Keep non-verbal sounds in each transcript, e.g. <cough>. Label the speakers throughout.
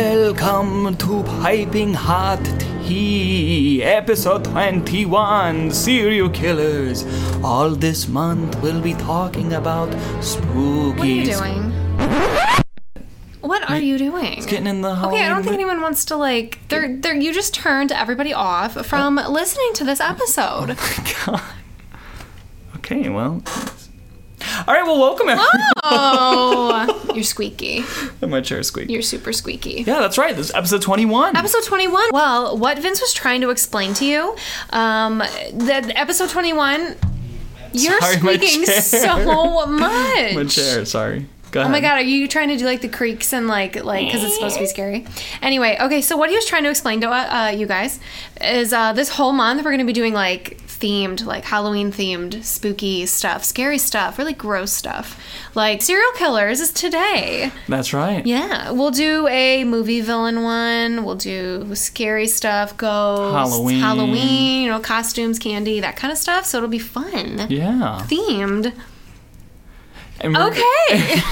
Speaker 1: Welcome to Piping Hot Tea, episode 21 Serial Killers. All this month we'll be talking about spookies.
Speaker 2: What are you doing? What are you doing?
Speaker 1: Getting in the
Speaker 2: Okay, I don't
Speaker 1: <laughs>
Speaker 2: think
Speaker 1: Halloween
Speaker 2: anyone wants to like. They're they're. You just turned everybody off from
Speaker 1: Oh.
Speaker 2: listening to this
Speaker 1: <laughs>
Speaker 2: episode.
Speaker 1: mood. Oh okay, well. All right, well, welcome everyone.
Speaker 2: Oh, you're squeaky.
Speaker 1: My chair squeaked.
Speaker 2: You're super squeaky.
Speaker 1: Yeah, that's right. This is episode 21.
Speaker 2: Episode 21. Well, what Vince was trying to explain to you, um, that episode 21, you're
Speaker 1: Sorry, my
Speaker 2: squeaking
Speaker 1: chair.
Speaker 2: so
Speaker 1: <laughs>
Speaker 2: much.
Speaker 1: My chair, sorry. Go
Speaker 2: Oh my god, are you trying to do like the creaks and like like because it's supposed to be scary? Anyway, okay, so what he was trying to explain to uh, uh, you guys is uh, this whole month we're gonna be doing like themed, like Halloween themed, spooky stuff, scary stuff, really gross stuff. Like serial killers is today.
Speaker 1: That's right.
Speaker 2: Yeah, we'll do a movie villain one. We'll do scary stuff, ghosts,
Speaker 1: Halloween.
Speaker 2: Halloween, you know, costumes, candy, that kind of stuff. So it'll be fun,
Speaker 1: Yeah.
Speaker 2: themed.
Speaker 1: And we're-
Speaker 2: Okay. <laughs>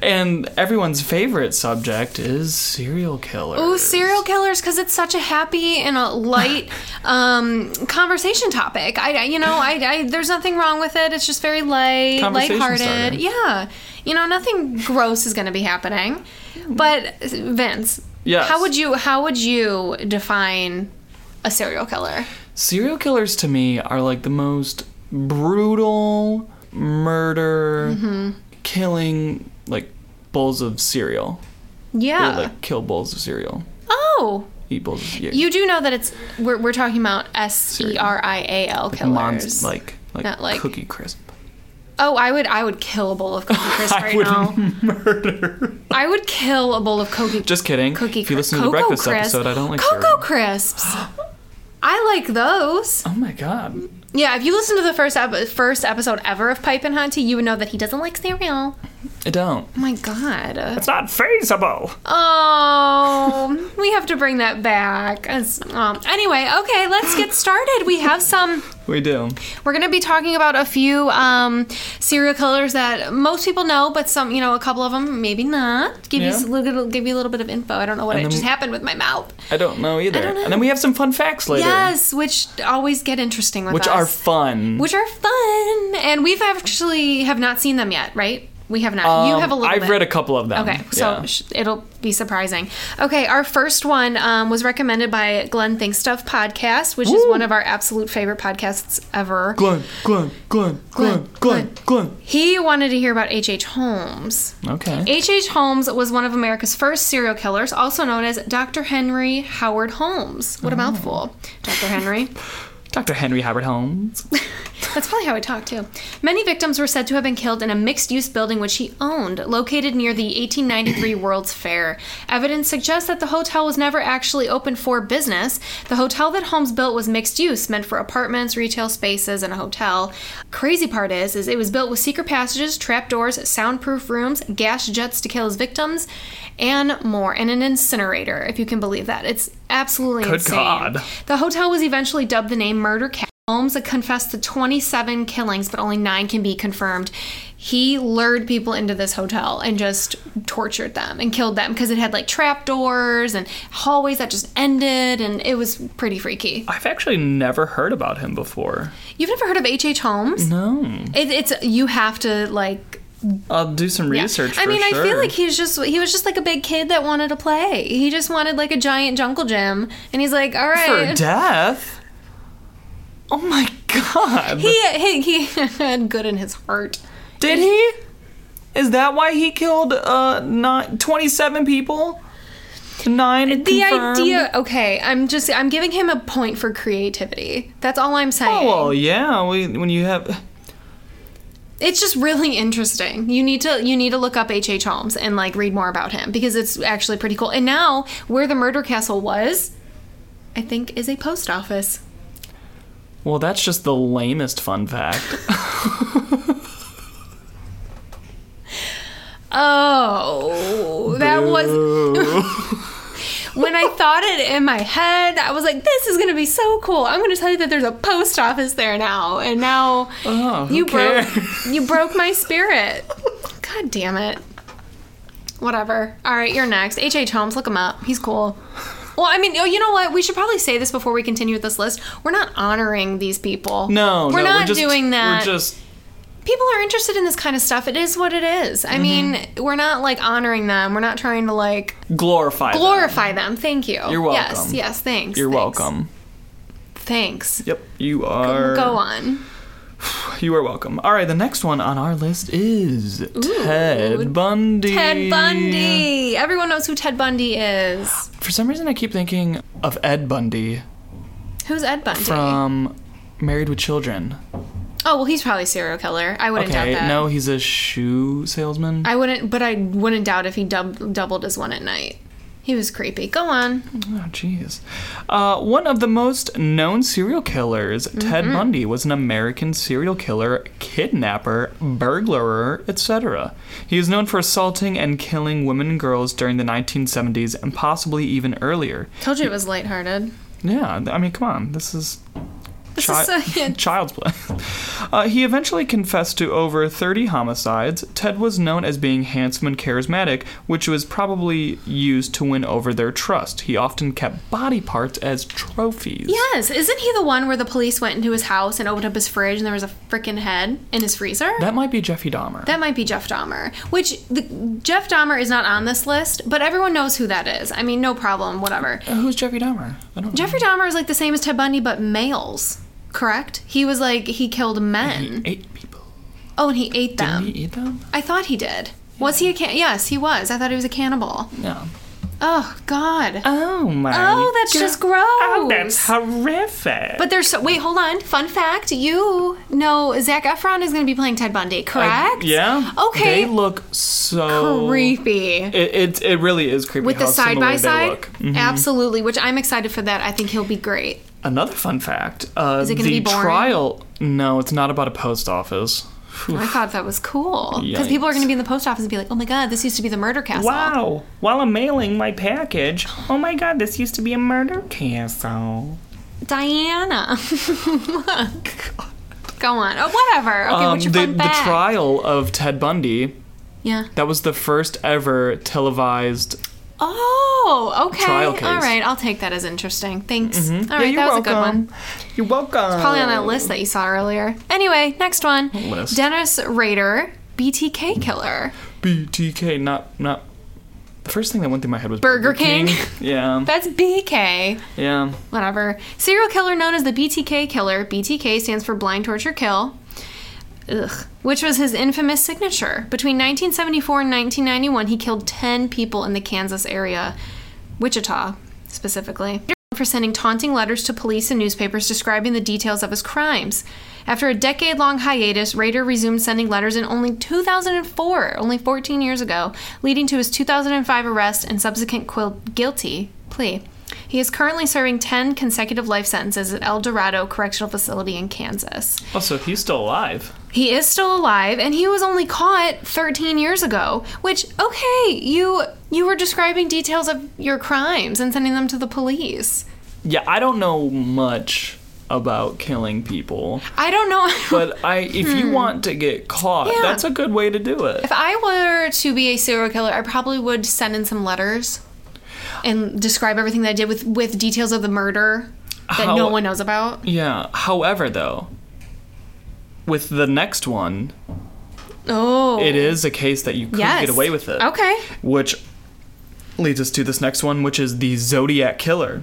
Speaker 1: And everyone's favorite subject is serial killers.
Speaker 2: Oh, serial killers, because it's such a happy and a
Speaker 1: <laughs>
Speaker 2: light um, conversation topic. I, I- you know, I, I, there's nothing wrong with it. It's just very light,
Speaker 1: Conversation
Speaker 2: lighthearted.
Speaker 1: starter.
Speaker 2: Yeah, you know, nothing gross is going to be happening. But Vince,
Speaker 1: Yes.
Speaker 2: how would you, how would you define a serial killer?
Speaker 1: Serial killers to me are like the most brutal murder
Speaker 2: Mm-hmm.
Speaker 1: killing like bowls of cereal. They
Speaker 2: Yeah.
Speaker 1: like kill bowls of cereal.
Speaker 2: oh,
Speaker 1: Eat bowls of cereal.
Speaker 2: you do know that it's we're, we're talking about S E R I A L killers.
Speaker 1: Mons, like like,
Speaker 2: Not like-
Speaker 1: cookie crisp.
Speaker 2: Oh, I would I would kill a bowl of cookie
Speaker 1: <laughs>
Speaker 2: crisp
Speaker 1: I
Speaker 2: right
Speaker 1: would
Speaker 2: now.
Speaker 1: murder.
Speaker 2: I would kill a bowl of Cookie.
Speaker 1: Just kidding.
Speaker 2: Cookie.
Speaker 1: if you
Speaker 2: Cri-
Speaker 1: listen to the
Speaker 2: Cocoa
Speaker 1: breakfast
Speaker 2: Crisp.
Speaker 1: episode, I don't like
Speaker 2: Cocoa
Speaker 1: cereal.
Speaker 2: crisps. <gasps> I like those.
Speaker 1: Oh my god.
Speaker 2: Yeah, if you listen to the first ep- first episode ever of Pipe and Hunty, you would know that he doesn't like cereal.
Speaker 1: I don't.
Speaker 2: Oh my god.
Speaker 1: It's not feasible.
Speaker 2: Oh, <laughs> we have to bring that back. As- um, anyway, okay, let's get started. We have some.
Speaker 1: We do.
Speaker 2: We're going to be talking about a few um, serial killers that most people know, but some, you know, a couple of them maybe not. Give
Speaker 1: Yeah.
Speaker 2: you a little, give you a little bit of info. I don't know what
Speaker 1: And
Speaker 2: it
Speaker 1: then-
Speaker 2: just happened with my mouth.
Speaker 1: I don't know either.
Speaker 2: don't know.
Speaker 1: And then we have some fun facts later.
Speaker 2: Yes, which always get interesting
Speaker 1: uh,
Speaker 2: with
Speaker 1: Which
Speaker 2: us.
Speaker 1: are fun.
Speaker 2: which are fun, and we've actually have not seen them yet, right? We have not. you
Speaker 1: Um,
Speaker 2: have a little.
Speaker 1: I've
Speaker 2: bit.
Speaker 1: read a couple of them.
Speaker 2: Okay, so
Speaker 1: Yeah.
Speaker 2: sh- it'll be surprising. Okay, our first one um, was recommended by Glenn Think Stuff podcast, which is
Speaker 1: Woo!
Speaker 2: one of our absolute favorite podcasts ever.
Speaker 1: Glenn, Glenn, Glenn, Glenn, Glenn, Glenn.
Speaker 2: He wanted to hear about H.H. H. Holmes.
Speaker 1: Okay.
Speaker 2: H.H. H. Holmes was one of America's first serial killers, also known as Dr. Henry Howard Holmes.
Speaker 1: Oh.
Speaker 2: What a mouthful, Dr.
Speaker 1: <laughs>
Speaker 2: Henry.
Speaker 1: Dr. Henry Howard Holmes.
Speaker 2: <laughs> That's probably how I talk too. Many victims were said to have been killed in a mixed use building which he owned, located near the 1893 World's Fair. Evidence suggests that the hotel was never actually open for business. The hotel that Holmes built was mixed use, meant for apartments, retail spaces, and a hotel. Crazy part is, is it was built with secret passages, trapdoors, soundproof rooms, gas jets to kill his victims, and more, and an incinerator, if you can believe that. It's absolutely
Speaker 1: Good
Speaker 2: insane.
Speaker 1: God.
Speaker 2: The hotel was eventually dubbed the name Murder Cat. Holmes confessed to 27 killings, but only nine can be confirmed. He lured people into this hotel and just tortured them and killed them because it had like trapdoors and hallways that just ended, and it was pretty freaky.
Speaker 1: I've actually never heard about him before.
Speaker 2: You've never heard of H.H. H. Holmes?
Speaker 1: No.
Speaker 2: It, it's you have to like
Speaker 1: I'll do some
Speaker 2: Yeah.
Speaker 1: research
Speaker 2: I
Speaker 1: for
Speaker 2: mean,
Speaker 1: sure.
Speaker 2: I feel like he's just he was just like a big kid that wanted to play. He just wanted like a giant jungle gym, and he's like, all right,
Speaker 1: For death? Oh my god.
Speaker 2: he, he he <laughs> had good in his heart.
Speaker 1: Did he? Is that why he killed uh nine, 27 people? Nine
Speaker 2: The
Speaker 1: confirmed?
Speaker 2: idea, okay, I'm just I'm giving him a point for creativity. That's all I'm saying.
Speaker 1: Oh, well, yeah. We, when you have...
Speaker 2: It's just really interesting. You need to you need to look up H.H. H. Holmes and like read more about him because it's actually pretty cool. And now where the murder castle was, I think is a post office.
Speaker 1: Well, that's just the lamest fun fact.
Speaker 2: Oh, that was <laughs> when I thought it in my head. I was like, "This is gonna be so cool. I'm gonna tell you that there's a post office there now." And now,
Speaker 1: Oh, who
Speaker 2: you
Speaker 1: cares?
Speaker 2: broke you broke my spirit god damn it Whatever. All right, you're next. H.H. H. Holmes, look him up. He's cool. Well, I mean, oh, you know what? We should probably say this before we continue with this list. We're not honoring these people.
Speaker 1: No,
Speaker 2: we're
Speaker 1: no,
Speaker 2: not
Speaker 1: we're just,
Speaker 2: doing that.
Speaker 1: We're just
Speaker 2: people are interested in this kind of stuff. It is what it is.
Speaker 1: Mm-hmm.
Speaker 2: I mean, we're not like honoring them. We're not trying to like
Speaker 1: glorify. them.
Speaker 2: glorify them. Thank you.
Speaker 1: You're
Speaker 2: Yes,
Speaker 1: welcome.
Speaker 2: yes, thanks.
Speaker 1: You're
Speaker 2: thanks.
Speaker 1: welcome.
Speaker 2: Thanks.
Speaker 1: Yep, you are.
Speaker 2: Go on.
Speaker 1: You are welcome. All right, the next one on our list is Ted Bundy.
Speaker 2: Ted Bundy. Everyone knows who Ted Bundy is.
Speaker 1: For some reason, I keep thinking of Ed Bundy
Speaker 2: Who's Ed Bundy?
Speaker 1: from Married with Children.
Speaker 2: oh, well, he's probably a serial killer. I wouldn't doubt
Speaker 1: Okay,
Speaker 2: that.
Speaker 1: no, he's a shoe salesman.
Speaker 2: I wouldn't, but I wouldn't doubt if he dub- doubled as one at night. He was creepy. Go on.
Speaker 1: Oh, jeez. Uh, one of the most known serial killers, Ted Bundy, was an American serial killer, kidnapper, burglarer, etc. He is known for assaulting and killing women and girls during the 1970s and possibly even earlier.
Speaker 2: Told you it was lighthearted.
Speaker 1: Yeah, I mean, come on. This is
Speaker 2: This
Speaker 1: Chi-
Speaker 2: is so, <laughs>
Speaker 1: child's play. <laughs> Uh, he eventually confessed to over 30 homicides. Ted was known as being handsome and charismatic, which was probably used to win over their trust. He often kept body parts as trophies.
Speaker 2: Yes, isn't he the one where the police went into his house and opened up his fridge and there was a freaking head in his freezer? That,
Speaker 1: That might be Jeffrey Dahmer.
Speaker 2: might be Jeff Dahmer, which the, Jeff Dahmer is not on this list, but everyone knows who that is. I mean, no problem, whatever.
Speaker 1: Uh, Who's Jeffrey Dahmer? I don't know.
Speaker 2: Jeffrey Dahmer is like the same as Ted Bundy, but males, correct? He was like, he killed
Speaker 1: He
Speaker 2: men.
Speaker 1: ate people.
Speaker 2: Oh, and he ate
Speaker 1: Didn't
Speaker 2: them.
Speaker 1: he eat them?
Speaker 2: I thought he did. Was he a can? Yes, he was. I thought he was a cannibal.
Speaker 1: No.
Speaker 2: Oh, God.
Speaker 1: Oh my.
Speaker 2: oh, that's just gross.
Speaker 1: Oh, that's horrific.
Speaker 2: But there's so, wait, hold on. Fun fact: you know Zach Efron is going to be playing Ted Bundy, correct?
Speaker 1: yeah.
Speaker 2: Okay.
Speaker 1: They look so
Speaker 2: Creepy.
Speaker 1: It, it it really is creepy
Speaker 2: With
Speaker 1: how
Speaker 2: the side
Speaker 1: similar
Speaker 2: by
Speaker 1: they
Speaker 2: side,
Speaker 1: look. Mm-hmm.
Speaker 2: absolutely. Which I'm excited for that. I think he'll be great.
Speaker 1: Another fun fact: uh,
Speaker 2: it gonna
Speaker 1: the
Speaker 2: be boring?
Speaker 1: trial. No, it's not about a post office.
Speaker 2: I thought that was cool because
Speaker 1: Yikes.
Speaker 2: people are going to be in the post office and be like, "Oh my god, this used to be the murder castle."
Speaker 1: Wow! While I'm mailing my package, oh my god, this used to be a murder castle.
Speaker 2: Diana. <laughs> Look. Go on. Oh, whatever. Okay, what's your
Speaker 1: Um, the,
Speaker 2: fun
Speaker 1: the
Speaker 2: fact?
Speaker 1: trial of Ted Bundy.
Speaker 2: yeah.
Speaker 1: That was the first ever televised.
Speaker 2: Oh, okay.
Speaker 1: Trial case. Mm-hmm.
Speaker 2: All right, I'll take that as interesting. Thanks. All
Speaker 1: Yeah,
Speaker 2: right,
Speaker 1: you're
Speaker 2: that was a good one.
Speaker 1: welcome. You're welcome.
Speaker 2: Probably on that list that you saw earlier. Anyway, next one.
Speaker 1: list?
Speaker 2: Dennis Rader, BTK killer.
Speaker 1: BTK, not not. The first thing that went through my head was
Speaker 2: Burger King.
Speaker 1: <laughs> yeah,
Speaker 2: That's BK.
Speaker 1: yeah.
Speaker 2: Whatever. Serial killer known as the BTK killer. BTK stands for Blind Torture Kill. Ugh. Which was his infamous signature. Between 1974 and 1991, he killed 10 people in the Kansas area, Wichita specifically, for sending taunting letters to police and newspapers describing the details of his crimes. After a decade long hiatus, Rader resumed sending letters in only 2004, only 14 years ago, leading to his 2005 arrest and subsequent quil- guilty plea. He is currently serving 10 consecutive life sentences at El Dorado Correctional Facility in Kansas.
Speaker 1: Oh, so he's still alive.
Speaker 2: He is still alive and he was only caught 13 years ago, which okay, you you were describing details of your crimes and sending them to the police.
Speaker 1: Yeah, I don't know much about killing people.
Speaker 2: I don't know <laughs>
Speaker 1: But I, if you want to get caught,
Speaker 2: Hmm. Yeah.
Speaker 1: that's a good way to do it.
Speaker 2: if I were to be a serial killer, I probably would send in some letters and describe everything that I did with with details of the murder that
Speaker 1: How-
Speaker 2: no one knows about.
Speaker 1: Yeah. However, though, with the next one,
Speaker 2: Oh.
Speaker 1: it is a case that you could
Speaker 2: Yes.
Speaker 1: get away with it.
Speaker 2: Okay.
Speaker 1: Which leads us to this next one, which is the Zodiac Killer.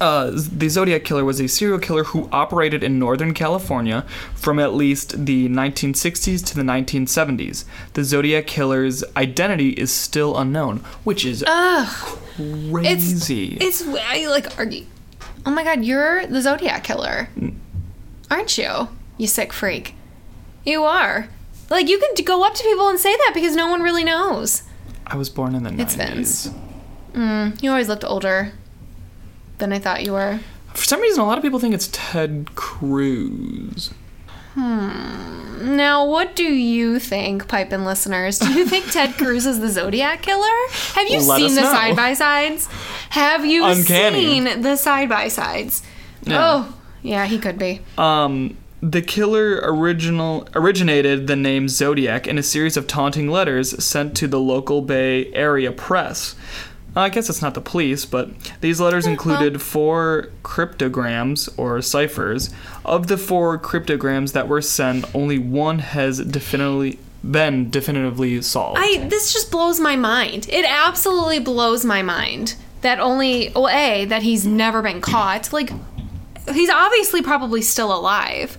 Speaker 1: Uh, the Zodiac Killer was a serial killer who operated in Northern California from at least the 1960s to the 1970s. The Zodiac Killer's identity is still unknown, which is crazy.
Speaker 2: Uh, It's I like argue. Oh my god, you're the Zodiac killer, aren't you? You sick freak. You are. Like you can d- go up to people and say that because no one really knows.
Speaker 1: I was born in the 90s.
Speaker 2: It's Vince. You always looked older than I thought you were.
Speaker 1: For some reason, a lot of people think it's Ted Cruz.
Speaker 2: Now, what do you think, Pipe and listeners? Do you think Ted Cruz is the Zodiac killer? Have you
Speaker 1: Let
Speaker 2: seen
Speaker 1: us
Speaker 2: the
Speaker 1: know.
Speaker 2: side by sides? Have you
Speaker 1: Uncanny.
Speaker 2: seen the side by sides?
Speaker 1: Yeah.
Speaker 2: Oh, yeah, he could be.
Speaker 1: Um, The killer original originated the name Zodiac in a series of taunting letters sent to the local Bay Area press. I guess it's not the police, but these letters
Speaker 2: well.
Speaker 1: included four cryptograms or ciphers. Of the four cryptograms that were sent, only one has definitely been definitively solved.
Speaker 2: I this just blows my mind. It absolutely blows my mind that only well, a that he's never been caught. Like he's obviously probably still alive.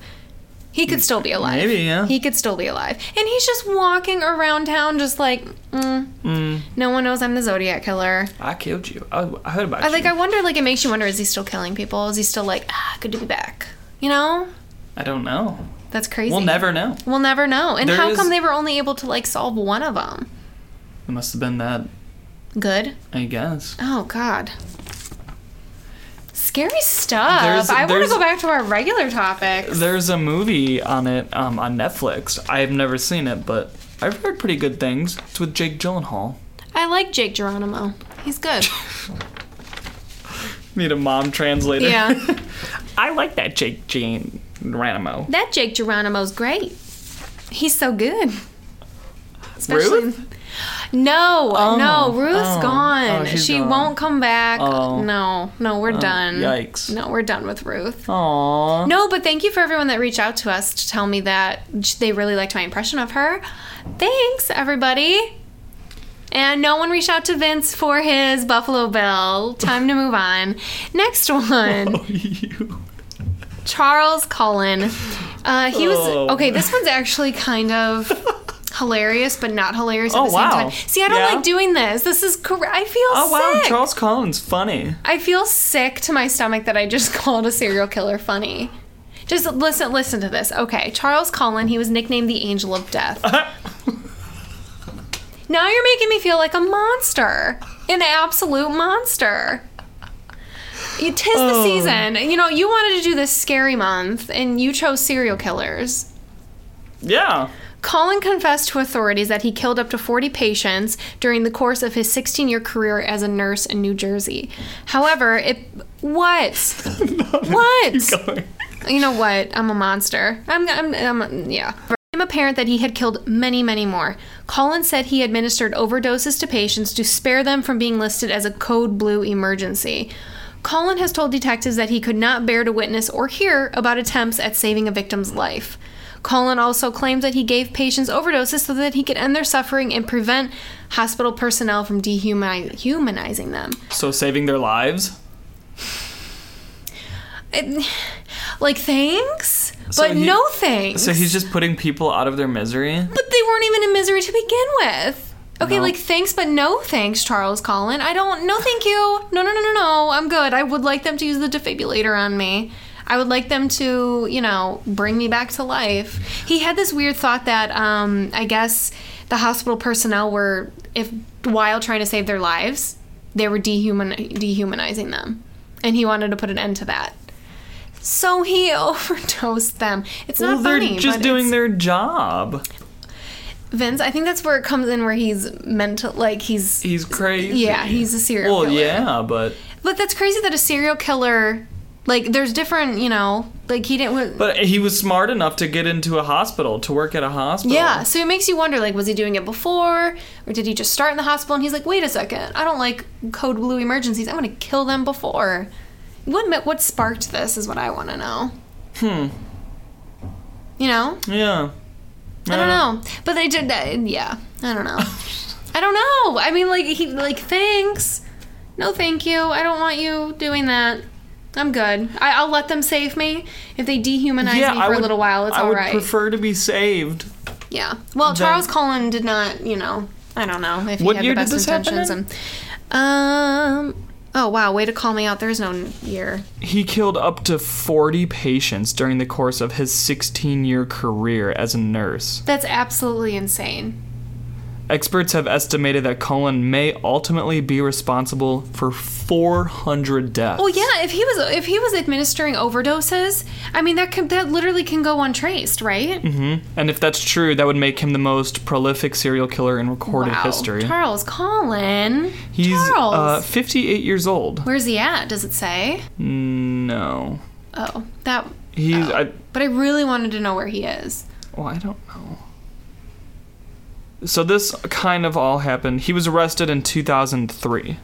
Speaker 2: He could still be alive.
Speaker 1: Maybe, yeah.
Speaker 2: He could still be alive, and he's just walking around town, just like mm, no one knows I'm the Zodiac killer.
Speaker 1: I killed you. I, I heard about
Speaker 2: I
Speaker 1: you.
Speaker 2: like. I wonder. Like it makes you wonder: Is he still killing people? Is he still like ah, good to be back? You know,
Speaker 1: I don't know.
Speaker 2: that's crazy.
Speaker 1: We'll never know.
Speaker 2: We'll never know. And
Speaker 1: There
Speaker 2: how
Speaker 1: is-
Speaker 2: come they were only able to like solve one of them?
Speaker 1: It must have been that,
Speaker 2: Good.
Speaker 1: I guess.
Speaker 2: Oh God. Scary stuff.
Speaker 1: There's-
Speaker 2: I want to
Speaker 1: there's-
Speaker 2: go back to our regular topics.
Speaker 1: There's a movie on it um, on Netflix. I've never seen it, but I've heard pretty good things. It's with Jake Gyllenhaal.
Speaker 2: I like Jake Geronimo.
Speaker 1: <laughs>
Speaker 2: He's good.
Speaker 1: Need a mom translator.
Speaker 2: Yeah.
Speaker 1: <laughs> I like that Jake Gene Ranimo.
Speaker 2: that Jake Geronimo's great. He's so good.
Speaker 1: Ruth?
Speaker 2: No,
Speaker 1: Oh,
Speaker 2: no, Ruth's
Speaker 1: oh,
Speaker 2: gone.
Speaker 1: oh, she's
Speaker 2: she
Speaker 1: gone.
Speaker 2: won't come back.
Speaker 1: Oh.
Speaker 2: No, no, we're done.
Speaker 1: yikes.
Speaker 2: No, we're done with Ruth.
Speaker 1: Aww. <laughs>
Speaker 2: No, but thank you for everyone that reached out to us to tell me that they really liked my impression of her. Thanks, everybody. And no one reached out to Vince for his Buffalo Bill. Time to move on.
Speaker 1: <laughs>
Speaker 2: Next one,
Speaker 1: Oh, you.
Speaker 2: Charles Cullen. Uh, he
Speaker 1: Oh.
Speaker 2: was okay. This one's actually kind of hilarious, but not hilarious at
Speaker 1: Oh,
Speaker 2: the
Speaker 1: wow.
Speaker 2: same time. See, I don't
Speaker 1: Yeah?
Speaker 2: like doing this. This is correct. I feel
Speaker 1: Oh wow,
Speaker 2: sick.
Speaker 1: Charles Collins, funny. <laughs>
Speaker 2: I feel sick to my stomach that I just <laughs> called a serial killer funny. Just listen, listen to this. Okay, Charles Collin, he was nicknamed the Angel of Death.
Speaker 1: Uh.
Speaker 2: now you're making me feel like a monster, an absolute monster. It tis the
Speaker 1: Oh.
Speaker 2: season. You know, you wanted to do this scary month, and you chose serial killers.
Speaker 1: Yeah.
Speaker 2: Colin confessed to authorities that he killed up to 40 patients during the course of his 16 year career as a nurse in New Jersey. However, it. What? <laughs> What?
Speaker 1: Going.
Speaker 2: You know what? I'm a monster. I'm. I'm. I'm yeah. It became apparent that he had killed many, many more. Collins said he administered overdoses to patients to spare them from being listed as a code blue emergency. Colin has told detectives that he could not bear to witness or hear about attempts at saving a victim's life. Colin also claims that he gave patients overdoses so that he could end their suffering and prevent hospital personnel from dehumanizing them.
Speaker 1: So saving their lives.
Speaker 2: It- like, thanks?
Speaker 1: So
Speaker 2: but
Speaker 1: he-
Speaker 2: no thanks.
Speaker 1: So he's just putting people out of their misery.
Speaker 2: But they weren't even in misery to begin with. Okay,
Speaker 1: No.
Speaker 2: like thanks, but no thanks, Charles Collin. I don't. No, thank you. No, no, no, no, no. I'm good. I would like them to use the defibrillator on me. I would like them to, you know, bring me back to life. He had this weird thought that um, I guess the hospital personnel were, if while trying to save their lives, they were dehuman dehumanizing them, and he wanted to put an end to that. So he <laughs> overdosed them. It's
Speaker 1: Well,
Speaker 2: not
Speaker 1: they're
Speaker 2: funny.
Speaker 1: just
Speaker 2: but it's-
Speaker 1: doing their job.
Speaker 2: Vince, I think that's where it comes in where he's mental like he's
Speaker 1: He's crazy.
Speaker 2: yeah, he's a serial
Speaker 1: Well,
Speaker 2: killer.
Speaker 1: yeah, but
Speaker 2: But that's crazy that a serial killer like there's different, you know, like he didn't
Speaker 1: but he was smart enough to get into a hospital to work at a hospital.
Speaker 2: yeah, so it makes you wonder like was he doing it before or did he just start in the hospital and he's like, "Wait a second. I don't like code blue emergencies. I'm going to kill them before." What ma- what sparked this is what I want to know.
Speaker 1: Hmm.
Speaker 2: You know?
Speaker 1: Yeah.
Speaker 2: I don't
Speaker 1: Uh,
Speaker 2: know. But they did that. Yeah, I don't know.
Speaker 1: <laughs>
Speaker 2: I don't know. I mean, like he like thanks. No, thank you. I don't want you doing that. I'm good. I, I'll let them save me if they dehumanize
Speaker 1: Yeah,
Speaker 2: me
Speaker 1: I
Speaker 2: for a
Speaker 1: would-
Speaker 2: little while. It's
Speaker 1: I
Speaker 2: all
Speaker 1: would
Speaker 2: right.
Speaker 1: prefer to be saved.
Speaker 2: yeah. Well,
Speaker 1: than-
Speaker 2: Charles Cullen did not. You know, I don't know if he
Speaker 1: What
Speaker 2: had
Speaker 1: year
Speaker 2: the
Speaker 1: did
Speaker 2: best
Speaker 1: this happen
Speaker 2: intentions.
Speaker 1: in?
Speaker 2: And, um. Oh wow! Way to call me out. There's no n- year.
Speaker 1: He killed up to 40 patients during the course of his 16 year career as a nurse.
Speaker 2: That's absolutely insane.
Speaker 1: Experts have estimated that Cullen may ultimately be responsible for 400 deaths.
Speaker 2: Well, Oh, yeah. If he was if he was administering overdoses, I mean that can, that literally can go untraced, right?
Speaker 1: Mm-hmm. And if that's true, that would make him the most prolific serial killer in recorded
Speaker 2: Wow.
Speaker 1: history.
Speaker 2: Charles Colin.
Speaker 1: He's
Speaker 2: Charles.
Speaker 1: Uh, 58 years old.
Speaker 2: Where's he at? Does it say?
Speaker 1: No.
Speaker 2: Oh, that.
Speaker 1: He's.
Speaker 2: oh.
Speaker 1: I,
Speaker 2: but I really wanted to know where he is.
Speaker 1: well, I don't know. So this kind of all happened. He was arrested in 2003.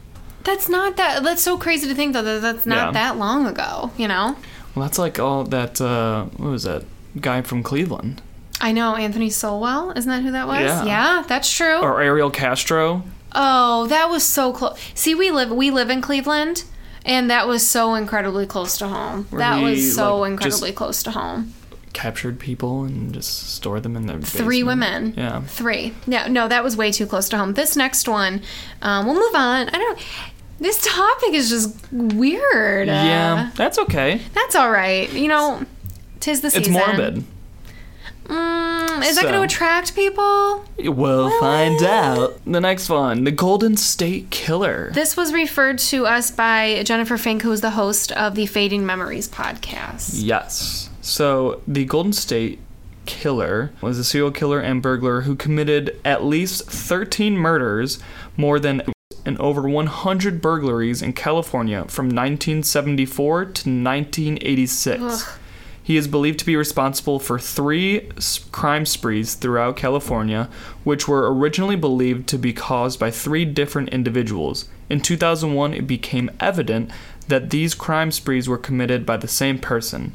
Speaker 2: That's not that. That's so crazy to think though that that's not
Speaker 1: Yeah.
Speaker 2: that long ago. You know.
Speaker 1: Well, that's like all that. Uh, what was that guy from Cleveland
Speaker 2: I know Anthony Solwell. Isn't that who that was?
Speaker 1: Yeah.
Speaker 2: that's true.
Speaker 1: or Ariel Castro?
Speaker 2: Oh, that was so close. See, we live we live in Cleveland, and that was so incredibly close to home.
Speaker 1: Where
Speaker 2: that
Speaker 1: he,
Speaker 2: was so
Speaker 1: like,
Speaker 2: incredibly close to home.
Speaker 1: Captured people and just stored them in their.
Speaker 2: Three
Speaker 1: basement.
Speaker 2: women.
Speaker 1: Yeah.
Speaker 2: Three. Yeah, no, that was way too close to home. This next one, um, we'll move on. I don't. This topic is just weird.
Speaker 1: Yeah,
Speaker 2: Uh,
Speaker 1: that's okay.
Speaker 2: that's all right. You know, tis the season.
Speaker 1: It's morbid.
Speaker 2: Mm, is that going
Speaker 1: So.
Speaker 2: to attract people?
Speaker 1: We'll find out. The next one, the Golden State Killer.
Speaker 2: This was referred to us by Jennifer Fink, who is the host of the Fading Memories podcast.
Speaker 1: Yes. So the Golden State Killer was a serial killer and burglar who committed at least 13 murders, more than and over 100 burglaries in California from 1974 to 1986. He is believed to be responsible for three s- crime sprees throughout California, which were originally believed to be caused by three different individuals. In 2001, it became evident that these crime sprees were committed by the same person.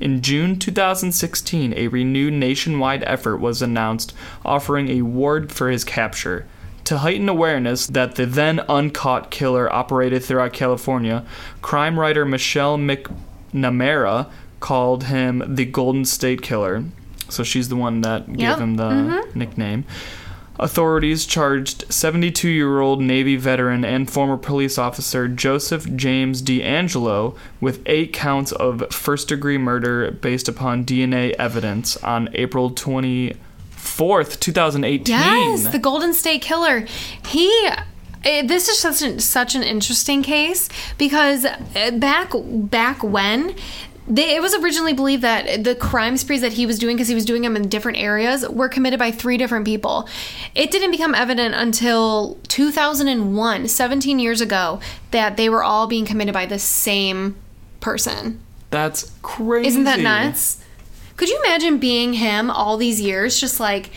Speaker 1: In June 2016, a renewed nationwide effort was announced offering a reward for his capture. To heighten awareness that the then uncaught killer operated throughout California, crime writer Michelle McNamara called him the Golden State Killer. So she's the one that gave
Speaker 2: Yep. Mm-hmm.
Speaker 1: him the nickname. Authorities charged 72 year old Navy veteran and former police officer Joseph James D'Angelo with eight counts of first degree murder based upon DNA evidence on April 24th, 2018.
Speaker 2: Yes, the Golden State Killer. He. It, this is such an, such an interesting case because uh, back back when. They, it was originally believed that the crime sprees that he was doing, because he was doing them in different areas, were committed by three different people. It didn't become evident until 2001, 17 years ago, that they were all being committed by the same person.
Speaker 1: That's crazy.
Speaker 2: Isn't that nuts? Could you imagine being him all these years, just like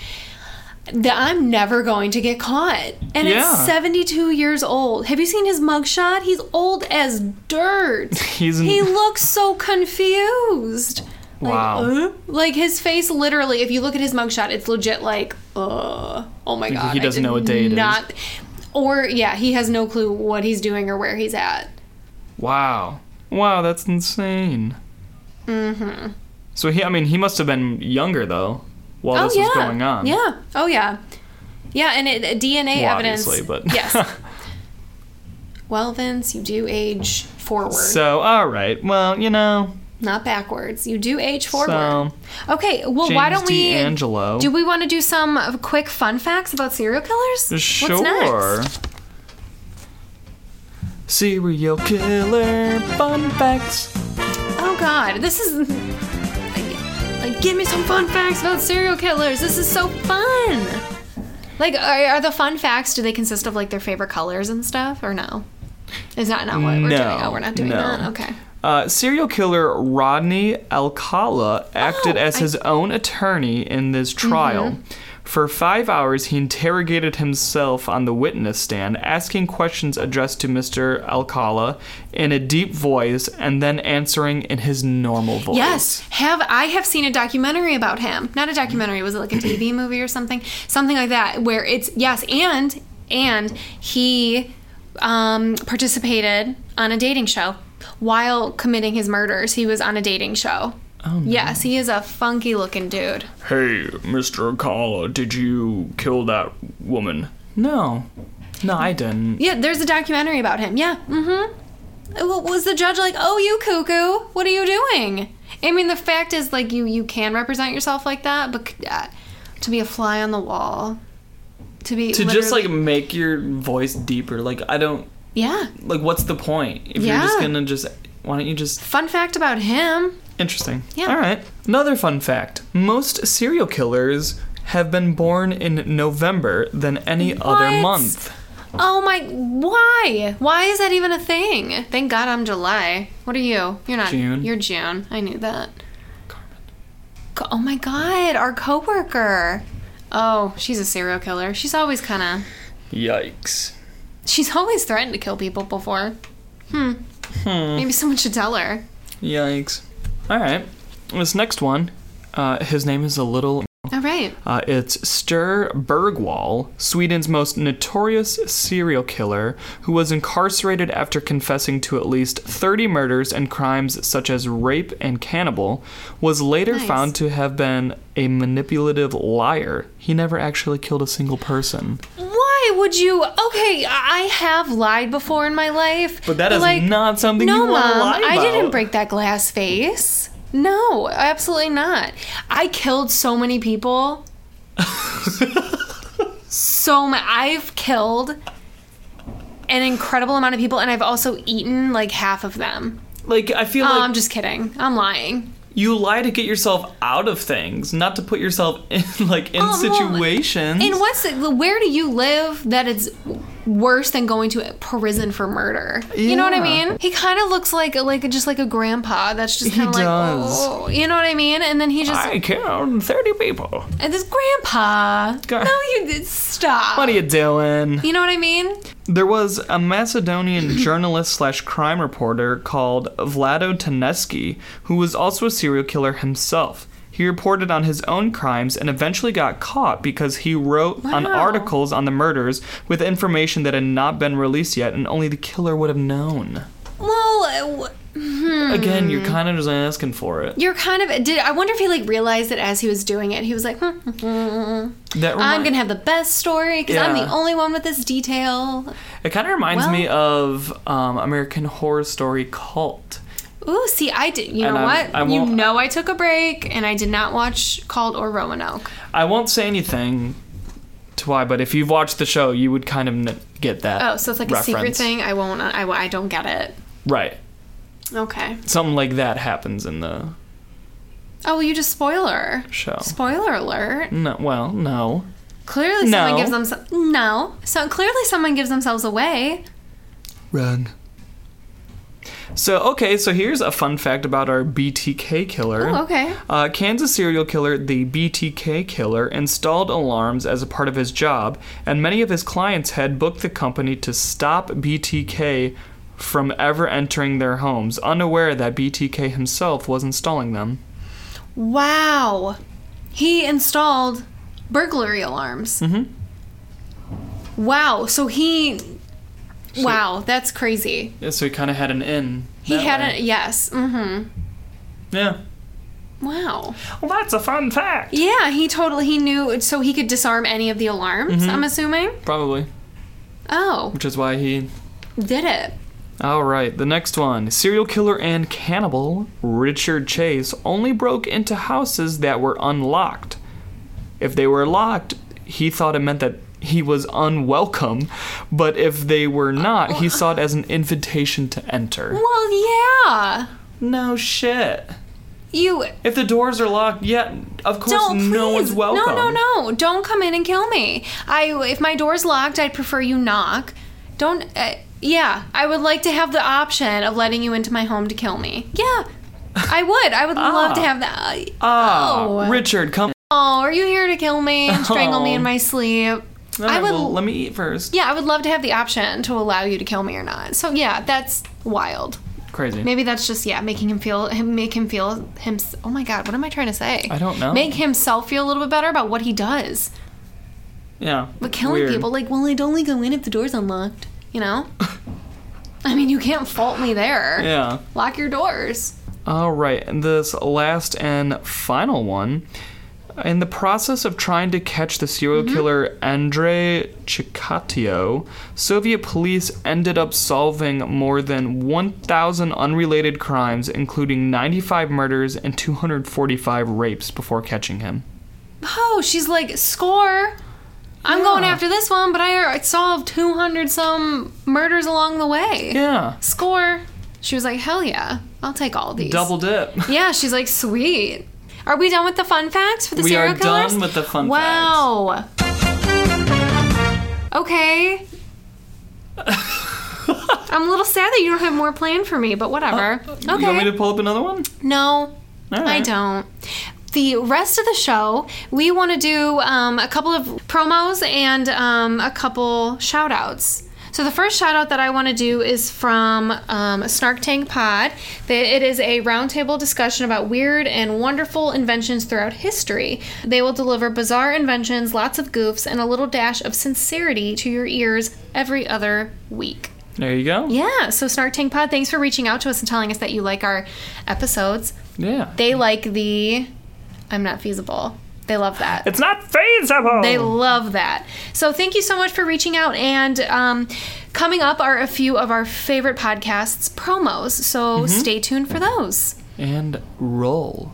Speaker 2: that? I'm never going to get caught, and
Speaker 1: Yeah.
Speaker 2: it's 72 years old. Have you seen his mugshot? He's old as dirt.
Speaker 1: He's an-
Speaker 2: he looks so confused. Like,
Speaker 1: Wow.
Speaker 2: uh, like his face, literally. If you look at his mugshot, it's legit. Like, uh, oh my god, I
Speaker 1: doesn't
Speaker 2: did
Speaker 1: know what day it is.
Speaker 2: Not, or yeah, he has no clue what he's doing or where he's at.
Speaker 1: Wow. Wow, that's insane. Mm hmm. So he, I mean, he must have been younger though while this was going on.
Speaker 2: Oh, Yeah. Oh yeah. Yeah, and it, uh, DNA
Speaker 1: Well,
Speaker 2: evidence.
Speaker 1: obviously, but- <laughs>
Speaker 2: <laughs> yes. Well, Vince, you do age forward,
Speaker 1: So, all right. Well, you know.
Speaker 2: not backwards. You do age forward.
Speaker 1: So,
Speaker 2: okay. Well,
Speaker 1: James
Speaker 2: why don't we?
Speaker 1: D'Angelo.
Speaker 2: Do we want to do some uh, quick fun facts about serial killers?
Speaker 1: Sure.
Speaker 2: What's next?
Speaker 1: Serial killer fun facts.
Speaker 2: Oh God, this is. Like, give me some fun facts about serial killers. This is so fun. Like, are, are the fun facts? Do they consist of like their favorite colors and stuff, or no? Is that not what we're
Speaker 1: No,
Speaker 2: doing? Oh, we're not doing
Speaker 1: no.
Speaker 2: that. Okay.
Speaker 1: Uh, serial killer Rodney Alcala acted
Speaker 2: Oh,
Speaker 1: as
Speaker 2: I- Mm-hmm.
Speaker 1: his own attorney in this trial. For five hours, he interrogated himself on the witness stand, asking questions addressed to Mr. Alcala in a deep voice and then answering in his normal voice.
Speaker 2: Yes, have I have seen a documentary about him? Not a documentary. Was it like a
Speaker 1: <clears throat>
Speaker 2: TV movie or something? Something like that, where it's yes, and and he um, participated on a dating show while committing his murders. He was on a dating show.
Speaker 1: Oh, no.
Speaker 2: Yes, he is a funky looking dude.
Speaker 1: Hey, Mr. Alcala, did you kill that woman? No. No, I didn't.
Speaker 2: Yeah, there's a documentary about him. Yeah. Mm-hmm. Well, was the judge like, "Oh, you cuckoo! What are you doing?" I mean, the fact is, like, you you can represent yourself like that, but c- uh, to be a fly on the wall, to be
Speaker 1: To just
Speaker 2: literally-
Speaker 1: like make your voice deeper. Like, I don't.
Speaker 2: yeah.
Speaker 1: Like, what's the point? If you're just
Speaker 2: Yeah.
Speaker 1: gonna just. Why don't you just.
Speaker 2: Fun fact about him.
Speaker 1: Interesting.
Speaker 2: Yeah.
Speaker 1: All right. Another fun fact most serial killers have been born in November than any other
Speaker 2: What?
Speaker 1: month.
Speaker 2: Oh my, why? Why is that even a thing? Thank God I'm July. What are you? You're not.
Speaker 1: June.
Speaker 2: You're June. I knew that.
Speaker 1: Carmen.
Speaker 2: Co- Oh my God, our coworker. Oh, she's a serial killer. She's always kind of.
Speaker 1: Yikes.
Speaker 2: She's always threatened to kill people before. Hmm. Maybe someone should tell her.
Speaker 1: Yikes. All right. This next one, uh, his name is a little.
Speaker 2: All right.
Speaker 1: Uh, it's Stur Bergwall, Sweden's most notorious serial killer, who was incarcerated after confessing to at least 30 murders and crimes such as rape and cannibal, was later
Speaker 2: Nice.
Speaker 1: found to have been a manipulative liar. He never actually killed a single person.
Speaker 2: Why would you? Okay, I I have lied before in my life.
Speaker 1: But that is
Speaker 2: like,
Speaker 1: not something
Speaker 2: No,
Speaker 1: you want to
Speaker 2: mom,
Speaker 1: lie about.
Speaker 2: I didn't break that glass face. No, absolutely not. I killed so
Speaker 1: <laughs>
Speaker 2: many people. so ma- I've killed an incredible amount of people, and I've also eaten like half of them.
Speaker 1: Like, I feel
Speaker 2: Oh,
Speaker 1: like
Speaker 2: I'm just kidding. I'm lying.
Speaker 1: you lie to get yourself out of things, not to put yourself <laughs> in like in
Speaker 2: Um, well,
Speaker 1: situations.
Speaker 2: And what's it, where do you live that it's worse than going to prison for murder? You know what I
Speaker 1: Yeah.
Speaker 2: mean? He kind of looks like like just like a grandpa. That's just
Speaker 1: He
Speaker 2: kind of like
Speaker 1: does.
Speaker 2: oh, you know what I mean? And then he just
Speaker 1: I killed 30 people.
Speaker 2: and this grandpa.
Speaker 1: Gar-
Speaker 2: no, you did stop.
Speaker 1: What are you doing?
Speaker 2: You know what I mean?
Speaker 1: There was a
Speaker 2: <clears throat>
Speaker 1: Macedonian journalist slash crime reporter called Vlado Teneski, who was also a serial killer himself. He reported on his own crimes and eventually got caught because he wrote on
Speaker 2: Wow.
Speaker 1: articles on the murders with information that had not been released yet and only the killer would have known.
Speaker 2: Well, uh, w-
Speaker 1: Again,
Speaker 2: Hmm.
Speaker 1: you're kind of just asking for it.
Speaker 2: you're kind of did. I wonder if he like realized it as he was doing it. He was like, hmm,
Speaker 1: That
Speaker 2: I'm
Speaker 1: remi-
Speaker 2: gonna have the best story because I'm
Speaker 1: Oh Yeah.
Speaker 2: the only one with this detail.
Speaker 1: It kind of reminds
Speaker 2: Well-
Speaker 1: me of um, American Horror Story Cult.
Speaker 2: Ooh, see, I did. You
Speaker 1: And
Speaker 2: know
Speaker 1: I'm-
Speaker 2: what?
Speaker 1: I
Speaker 2: you
Speaker 1: won't-
Speaker 2: know, I took a break and I did not watch Called or Roanoke.
Speaker 1: I won't say anything to why, but if you've watched the show, you would kind of n- get that.
Speaker 2: Oh, so it's like a secret
Speaker 1: reference.
Speaker 2: thing. I won't. I, I don't get it.
Speaker 1: Right.
Speaker 2: Okay.
Speaker 1: Something like that happens in the
Speaker 2: Oh, well, you just spoiler.
Speaker 1: show.
Speaker 2: Spoiler alert.
Speaker 1: No, well, no.
Speaker 2: Clearly,
Speaker 1: No.
Speaker 2: someone gives them no. So clearly, someone gives themselves away.
Speaker 1: Run. So, okay, so here's a fun fact about our BTK killer.
Speaker 2: Oh, okay.
Speaker 1: Uh, Kansas serial killer, the BTK killer, installed alarms as a part of his job, and many of his clients had booked the company to stop BTK from ever entering their homes, unaware that BTK himself was installing them.
Speaker 2: Wow. He installed burglary alarms. Mm-hmm. Wow. So he. Wow, that's crazy.
Speaker 1: Yeah, so he kind of had an in.
Speaker 2: He had a yes. Mm-hmm.
Speaker 1: Yeah.
Speaker 2: Wow.
Speaker 1: Well, that's a fun fact.
Speaker 2: Yeah, he totally he knew so he could disarm any of the alarms,
Speaker 1: Mm-hmm.
Speaker 2: I'm assuming.
Speaker 1: Probably,
Speaker 2: Oh,
Speaker 1: which is why he
Speaker 2: did it.
Speaker 1: All right, the next one. Serial killer and cannibal Richard Chase only broke into houses that were unlocked. If they were locked, he thought it meant that he was unwelcome, but if they were not,
Speaker 2: <laughs>
Speaker 1: he saw it as an invitation to enter.
Speaker 2: Well, yeah.
Speaker 1: No shit.
Speaker 2: You
Speaker 1: If the doors are locked, yeah, of course
Speaker 2: don't please.
Speaker 1: no one's welcome.
Speaker 2: No, no, no. Don't come in and kill me. I if my door's locked, I'd prefer you knock. Don't uh, yeah, I would like to have the option of letting you into my home to kill me. Yeah. I
Speaker 1: <laughs>
Speaker 2: would. I would love to have that.
Speaker 1: Ah,
Speaker 2: Oh.
Speaker 1: Richard, come.
Speaker 2: Oh, are you here to kill me and strangle me in
Speaker 1: Oh.
Speaker 2: my sleep? I
Speaker 1: Ah,
Speaker 2: would
Speaker 1: well, let me eat first.
Speaker 2: Yeah, I would love to have the option to allow you to kill me or not. So yeah, that's wild.
Speaker 1: Crazy.
Speaker 2: Maybe that's just yeah, making him feel him make him feel him. Oh my God, what am I trying to say?
Speaker 1: I don't know.
Speaker 2: Make himself feel a little bit better about what he does.
Speaker 1: Yeah.
Speaker 2: But killing
Speaker 1: weird.
Speaker 2: people, like, well, I'd only go in if the door's unlocked.
Speaker 1: <laughs>
Speaker 2: You know. I mean, you can't fault me there.
Speaker 1: Yeah.
Speaker 2: Lock your doors.
Speaker 1: All right, and this last and final one. In the process of trying to catch the serial
Speaker 2: Mm-hmm.
Speaker 1: killer Andre Chikatilo, Soviet police ended up solving more than 1,000 unrelated crimes, including 95 murders and 245 rapes before catching him.
Speaker 2: Oh, she's like, score. I'm going
Speaker 1: Yeah.
Speaker 2: after this one, but I I solved 200 some murders along the way.
Speaker 1: Yeah,
Speaker 2: Score. She was like, hell yeah, I'll take all these.
Speaker 1: double dip.
Speaker 2: <laughs> Yeah, she's like, sweet. Are we done with the fun facts for the
Speaker 1: We
Speaker 2: serial
Speaker 1: are done
Speaker 2: killers?
Speaker 1: with the fun
Speaker 2: wow. Okay. I'm a little sad that you don't have more planned for me, but whatever. okay.
Speaker 1: Uh, You want me to pull up another one?
Speaker 2: No,
Speaker 1: All
Speaker 2: I
Speaker 1: right.
Speaker 2: don't. The rest of the show, we want to do um, a couple of promos and um, a couple shout outs. So, the first shout out that I want to do is from um, Snark Tank Pod. They- It is a roundtable discussion about weird and wonderful inventions throughout history. They will deliver bizarre inventions, lots of goofs, and a little dash of sincerity to your ears every other week.
Speaker 1: There you go.
Speaker 2: Yeah, so Snark Tank Pod, thanks for reaching out to us and telling us that you like our episodes.
Speaker 1: Yeah.
Speaker 2: They like the I'm not feasible. They love that.
Speaker 1: It's not feasible.
Speaker 2: They love that. So thank you so much for reaching out. And um, coming up are a few of our favorite podcasts promos.
Speaker 1: Mm-hmm.
Speaker 2: So stay tuned for those.
Speaker 1: and roll.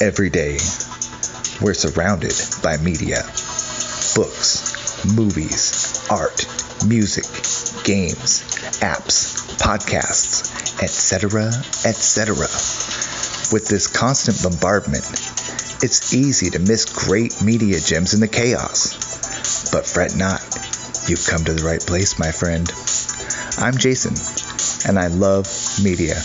Speaker 3: Every day, we're surrounded by media books, movies, art, music, games, apps, podcasts, etc., etc. With this constant bombardment, it's easy to miss great media gems in the chaos. But fret not, you've come to the right place, my friend. I'm Jason, and I love media.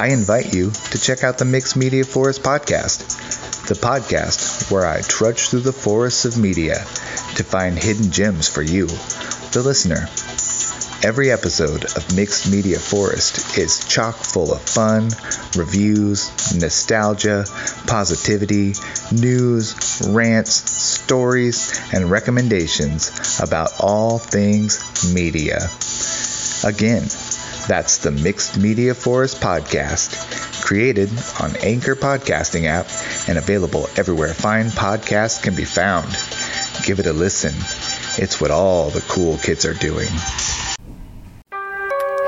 Speaker 3: I invite you to check out the Mixed Media Forest podcast, the podcast where I trudge through the forests of media to find hidden gems for you, the listener. Every episode of Mixed Media Forest is chock full of fun, reviews, nostalgia, positivity, news, rants, stories, and recommendations about all things media. Again, that's the Mixed Media Forest podcast, created on Anchor Podcasting app and available everywhere fine podcasts can be found. Give it a listen. It's what all the cool kids are doing.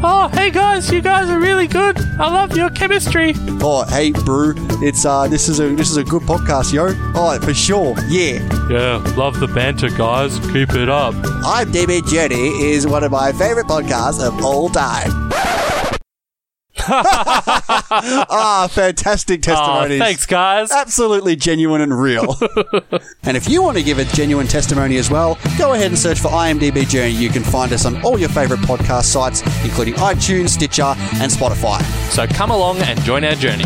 Speaker 4: Oh, hey guys, you guys are really good. I love your chemistry.
Speaker 5: Oh, hey, brew, it's uh, this is a this is a good podcast, yo. Oh, for sure, yeah.
Speaker 4: Yeah, love the banter, guys. Keep it up.
Speaker 5: I'm DB Journey is one of my favorite podcasts of
Speaker 4: <laughs>
Speaker 5: all time. ah, fantastic
Speaker 4: Aw,
Speaker 5: testimonies.
Speaker 4: thanks, guys.
Speaker 5: absolutely genuine
Speaker 4: <laughs>
Speaker 5: and real. and if you want to give a genuine testimony as well, go ahead and search for IMDb Journey. You can find us on all your favorite podcast sites, including iTunes, Stitcher, and Spotify.
Speaker 4: So come along and join our journey.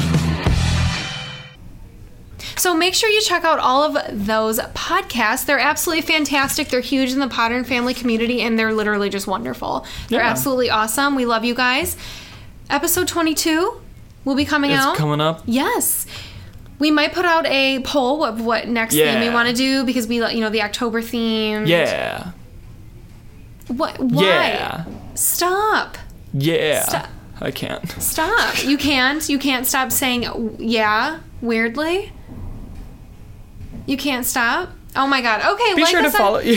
Speaker 2: So make sure you check out all of those podcasts. They're absolutely fantastic. They're huge in the Potter family community, and they're literally just wonderful. They're
Speaker 1: Yeah.
Speaker 2: absolutely awesome. We love you guys. Episode 22 will be coming out.
Speaker 1: It's coming up.
Speaker 2: Yes. We might put out a poll of what next theme we
Speaker 1: Yeah.
Speaker 2: want to do because we, like- you know, the October theme.
Speaker 1: Yeah.
Speaker 2: What? Why?
Speaker 1: Yeah.
Speaker 2: Stop.
Speaker 1: Yeah.
Speaker 2: Stop.
Speaker 1: I can't.
Speaker 2: Stop. You can't. You can't stop saying yeah weirdly. You can't stop. Oh my god. Okay.
Speaker 1: Be
Speaker 2: like
Speaker 1: sure to
Speaker 2: us on-
Speaker 1: follow.
Speaker 2: <laughs>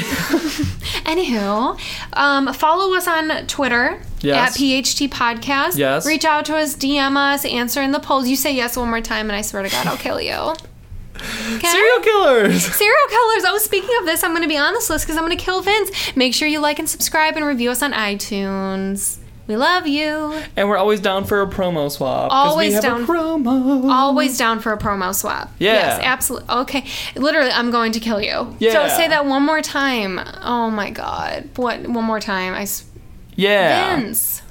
Speaker 2: Anywho, um, follow us on Twitter
Speaker 1: Yes.
Speaker 2: at PHT Podcast.
Speaker 1: Yes.
Speaker 2: Reach out to us, DM us, answer in the polls. You say yes one more time, and I swear to God, I'll
Speaker 1: <laughs>
Speaker 2: kill you. Okay?
Speaker 1: Serial killers.
Speaker 2: Serial killers. Oh, speaking of this, I'm going to be on this list because I'm going to kill Vince. Make sure you like and subscribe and review us on iTunes. We love you.
Speaker 1: And we're always down for a promo swap. 'cause
Speaker 2: Always
Speaker 1: we have
Speaker 2: down.
Speaker 1: A promo.
Speaker 2: Always down for a promo swap.
Speaker 1: Mm. Yeah.
Speaker 2: Yes, absolutely. Okay. Literally, I'm going to kill you.
Speaker 1: Yeah.
Speaker 2: So say that one more time. Oh my God. What? One more time. I. s-
Speaker 1: yeah.
Speaker 2: Vince.